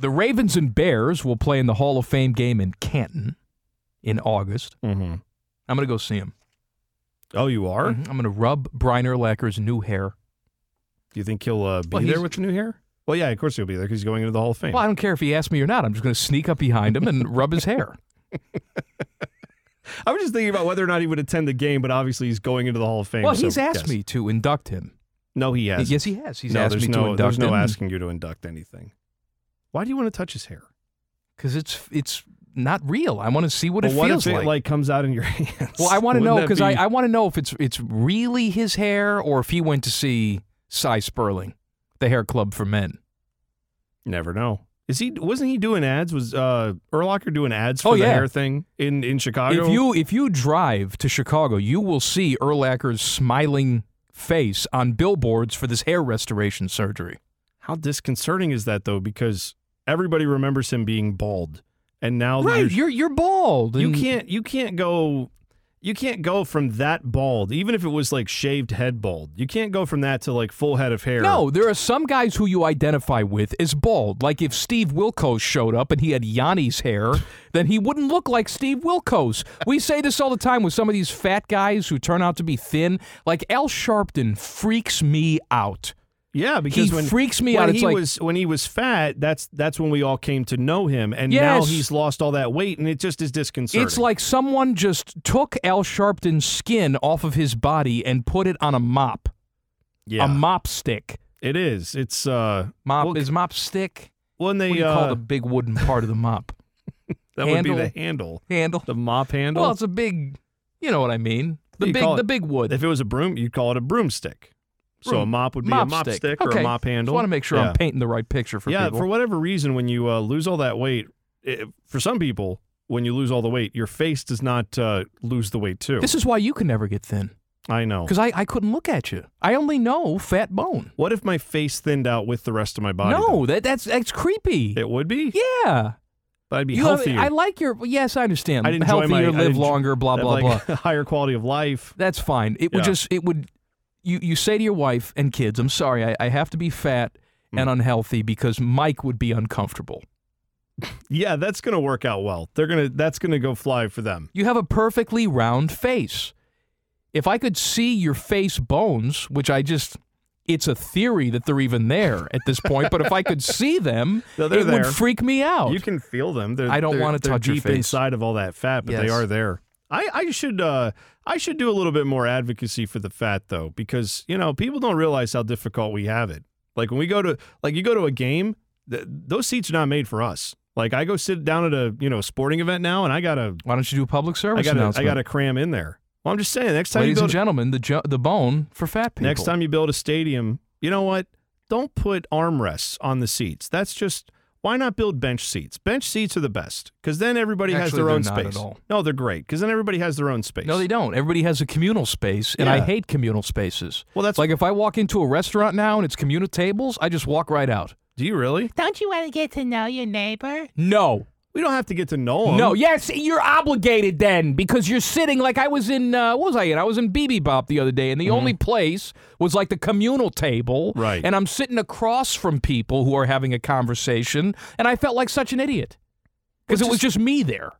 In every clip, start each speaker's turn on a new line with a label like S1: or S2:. S1: The Ravens and Bears will play in the Hall of Fame game in Canton in August.
S2: Mm-hmm.
S1: I'm going to go see him.
S2: Oh, you are?
S1: I'm going to rub Brian Urlacher's new hair.
S2: Do you think he'll uh, be
S1: Well,
S2: there
S1: he's-
S2: with the new hair? Well, yeah, of course he'll be there because he's going into the Hall of Fame.
S1: Well, I don't care if he asks me or not. I'm just going to sneak up behind him and rub his hair.
S2: I was just thinking about whether or not he would attend the game, but obviously he's going into the Hall of Fame.
S1: Well,
S2: so
S1: he's asked
S2: yes.
S1: me to induct him.
S2: No, he has.
S1: Yes, he has. He's
S2: no,
S1: asked
S2: there's
S1: me
S2: no,
S1: to induct
S2: There's no
S1: him.
S2: asking you to induct anything. Why do you want to touch his hair?
S1: because it's it's not real. I want to see what
S2: Well,
S1: it
S2: what
S1: feels
S2: if
S1: like.
S2: it like comes out in your hands?
S1: Well, I want to
S2: Wouldn't
S1: know
S2: that
S1: because
S2: be-
S1: I, I want to know if it's it's really his hair or if he went to see Cy Sperling, the hair club for men.
S2: never know. Is he? Wasn't he doing ads? Was uh Urlacher doing ads for
S1: Oh,
S2: the
S1: yeah.
S2: hair thing in in Chicago?
S1: If you if you drive to Chicago, you will see Erlacher's smiling face on billboards for this hair restoration surgery.
S2: How disconcerting is that though? Because everybody remembers him being bald, and now
S1: Right,
S2: there's-
S1: you're you're bald.
S2: you
S1: and-
S2: can't you can't go you can't go from that bald, even if it was like shaved head bald. You can't go from that to like full head of hair.
S1: No, there are some guys who you identify with as bald. Like if Steve Wilkos showed up and he had Yanni's hair, then he wouldn't look like Steve Wilkos. We say this all the time with some of these fat guys who turn out to be thin. Like Al Sharpton freaks me out.
S2: Yeah, because when
S1: freaks me
S2: when
S1: out. It's
S2: he
S1: like-
S2: was when he was fat, that's that's when we all came to know him, and now
S1: Yes.
S2: he's lost all that weight, and it just is disconcerting.
S1: It's like someone just took Al Sharpton's skin off of his body and put it on a mop,
S2: yeah,
S1: a mop stick.
S2: it is. It's uh,
S1: Mop
S2: Well,
S1: is mop stick.
S2: when
S1: What do
S2: they
S1: you call
S2: uh,
S1: the big wooden part of the mop
S2: that would be
S1: handle?
S2: the handle,
S1: handle?
S2: the mop handle.
S1: Well, it's a big. You know what I mean? The
S2: You call
S1: big,
S2: it-
S1: the big wood.
S2: if it was a broom, you'd call it a broomstick. So a
S1: Broom-
S2: mop would be a mop stick, or
S1: Okay.
S2: a mop handle.
S1: Just want to make sure
S2: Yeah.
S1: I'm painting the right picture for
S2: yeah,
S1: people.
S2: for whatever reason, when you uh, lose all that weight, it, for some people, when you lose all the weight, your face does not uh, lose the weight too.
S1: this is why you can never get thin
S2: I know.
S1: because I, I couldn't look at you. I only know fat bone.
S2: What if my face thinned out with the rest of my body?
S1: no, that that's that's creepy.
S2: though? it would be.
S1: yeah,
S2: But I'd be
S1: You have-
S2: healthier.
S1: I like your yes, I understand.
S2: I'd enjoy
S1: healthier,
S2: my, I'd
S1: live
S2: enj-
S1: longer, blah
S2: have,
S1: blah blah.
S2: like, Higher quality of life.
S1: That's fine. It
S2: Yeah.
S1: would just it would you you say to your wife and kids, I'm sorry, I, I have to be fat
S2: Mm.
S1: and unhealthy because Mike would be uncomfortable.
S2: Yeah, that's gonna work out well. They're gonna. That's gonna go fly for them.
S1: You have a perfectly round face. If I could see your face bones, which I just it's a theory that they're even there at this point, but if I could see them,
S2: No, they're
S1: it
S2: there.
S1: would freak me out.
S2: You can feel them. They're,
S1: I don't
S2: they're-
S1: wanna
S2: they're
S1: touch your
S2: deep
S1: face.
S2: inside of all that fat, but they
S1: Yes.
S2: are there. I, I should uh, I should do a little bit more advocacy for the fat though, because you know people don't realize how difficult we have it. Like when we go to like you go to a game, th- those seats are not made for us. Like I go sit down at a you know sporting event now, and I gotta
S1: Why don't you do a public
S2: I
S1: service
S2: gotta I
S1: announcement?
S2: gotta cram in there. Well, I'm just saying next time
S1: Ladies
S2: you go
S1: and
S2: to-
S1: gentlemen, the jo- the bone for fat people.
S2: Next time you build a stadium, you know what? Don't put armrests on the seats. That's just why not build bench seats? Bench seats are the best because then everybody has
S1: Actually,
S2: their
S1: they're
S2: own
S1: not at
S2: space.
S1: all.
S2: No, they're great because then everybody has their own space.
S1: No, they don't. Everybody has a communal space, and I
S2: Yeah.
S1: hate communal spaces.
S2: Well, that's-
S1: like if I walk into a restaurant now and it's communal tables, I just walk right out.
S2: Do you really?
S3: Don't you want to get to know your neighbor?
S1: No,
S2: We don't have to get to know them.
S1: no, yes, you're obligated then because you're sitting like I was in. Uh, what was I in? I was in BB Bop the other day, and the only place was like the communal table,
S2: Mm-hmm. Right.
S1: And I'm sitting across from people who are having a conversation, and I felt like such an idiot because
S2: Well, Oh,
S1: it was just me there.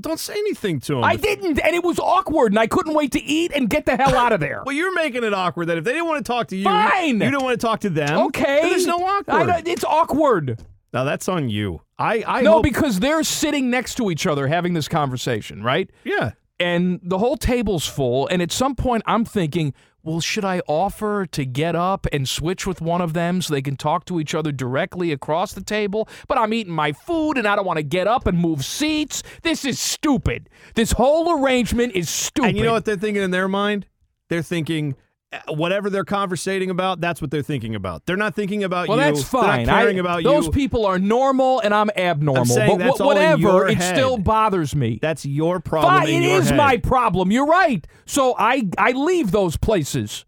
S2: don't say anything to them.
S1: I didn't, and it was awkward, and I couldn't wait to eat and get the hell out of there.
S2: Well, you're making it awkward that if they didn't want to talk to you,
S1: Fine.
S2: you don't want to talk to them.
S1: Okay.
S2: then there's no
S1: I
S2: awkward.
S1: don't- it's awkward.
S2: Now that's on you. I, I
S1: no,
S2: hope-
S1: because they're sitting next to each other having this conversation, right?
S2: yeah.
S1: And the whole table's full. And at some point, I'm thinking, well, should I offer to get up and switch with one of them so they can talk to each other directly across the table? But I'm eating my food and I don't want to get up and move seats. This is stupid. This whole arrangement is stupid.
S2: And you know what they're thinking in their mind? They're thinking whatever they're conversating about, that's what they're thinking about. They're not thinking about
S1: Well,
S2: you.
S1: that's
S2: They're not
S1: fine.
S2: caring
S1: I-
S2: about
S1: those
S2: you.
S1: people are normal, and I'm abnormal. but
S2: saying that's
S1: wha-
S2: all in
S1: whatever,
S2: your
S1: it
S2: head.
S1: still bothers me.
S2: that's your problem.
S1: Fine,
S2: in
S1: it
S2: your
S1: is
S2: head.
S1: my problem. You're right. So I I leave those places.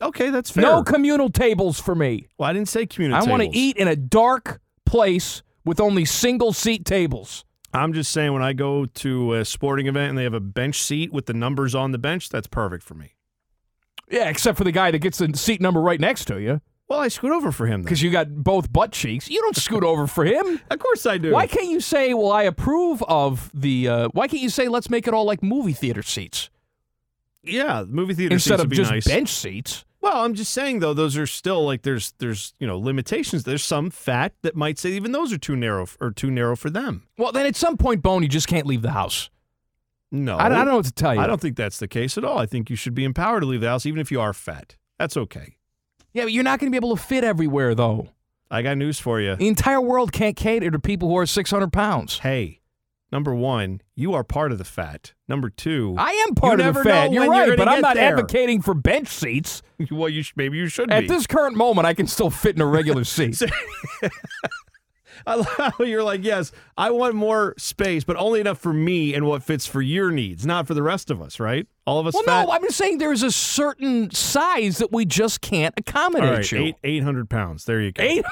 S2: Okay, that's fair.
S1: No communal tables for me.
S2: well, I didn't say community.
S1: I want to
S2: tables.
S1: eat in a dark place with only single seat tables.
S2: I'm just saying when I go to a sporting event and they have a bench seat with the numbers on the bench, that's perfect for me.
S1: Yeah, except for the guy that gets the seat number right next to you
S2: Well, I scoot over for him. Then.
S1: because you got both butt cheeks. You don't scoot over for him.
S2: Of course I do.
S1: Why can't you say, "Well, I approve of the"? Uh, why can't you say, "Let's make it all like movie theater seats
S2: Yeah, movie theater
S1: instead
S2: seats
S1: of
S2: would be
S1: just
S2: nice.
S1: bench seats"?
S2: Well, I'm just saying though, those are still like there's there's you know limitations. There's some fat that might say even those are too narrow f- or too narrow for them.
S1: Well, then at some point, Bone, you just can't leave the house.
S2: No,
S1: I, I don't know what to tell you.
S2: I don't think that's the case at all. I think you should be empowered to leave the house even if you are fat. That's okay.
S1: Yeah, but you're not going to be able to fit everywhere, though.
S2: I got news for you.
S1: The entire world can't cater to people who are 600 pounds.
S2: Hey, number one, you are part of the fat. Number two,
S1: I am part
S2: You
S1: of the
S2: never
S1: fat.
S2: know
S1: You're
S2: when you're
S1: right,
S2: gonna
S1: but I'm
S2: get
S1: not
S2: there.
S1: advocating for bench seats.
S2: well, you sh- maybe you should
S1: At
S2: be.
S1: this current moment, I can still fit in a regular seat.
S2: I love how you're like, yes, I want more space, but only enough for me and what fits for your needs, not for the rest of us, right? All of us
S1: well,
S2: fat.
S1: no, I'm just saying there is a certain size that we just can't accommodate
S2: All right,
S1: you.
S2: eight eight hundred pounds. There you go.
S1: Eight-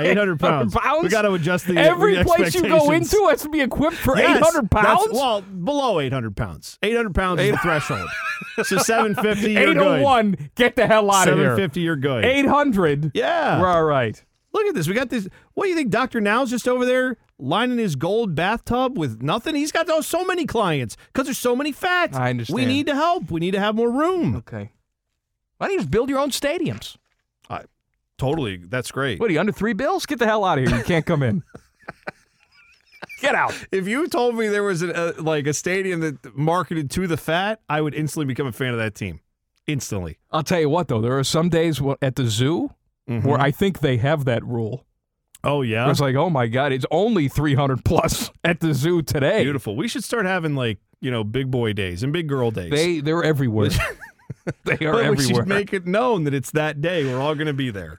S2: eight hundred pounds. We got to adjust the
S1: Every
S2: the
S1: place you go
S2: expectations.
S1: into has to be equipped for
S2: Yes,
S1: 800
S2: that's-
S1: pounds.
S2: Well, below eight hundred pounds. Eight hundred pounds is the threshold. So seven fifty. You're good.
S1: 801, get the hell out of
S2: Seven
S1: here.
S2: fifty. You're good.
S1: 800,
S2: Yeah.
S1: we're all right.
S2: Look at this. We got this. What do you think, Doctor Now's just over there lining his gold bathtub with nothing? He's got those so many clients because there's so many fats.
S1: I understand.
S2: We need to help. We need to have more room.
S1: Okay. Why don't you just build your own stadiums?
S2: Totally. That's great.
S1: What are you under three bills? Get the hell out of here! You can't come in. Get out.
S2: If you told me there was a, a like a stadium that marketed to the fat, I would instantly become a fan of that team. Instantly.
S1: I'll tell you what, though, there are some days wh- at the zoo where I think they have that rule.
S2: Oh yeah.
S1: It's like, oh my god, it's only three hundred plus at the zoo today.
S2: Beautiful. We should start having like you know big boy days and big girl days.
S1: They they're everywhere. they are
S2: but we
S1: everywhere.
S2: should make it known that it's that day. We're all going to be there.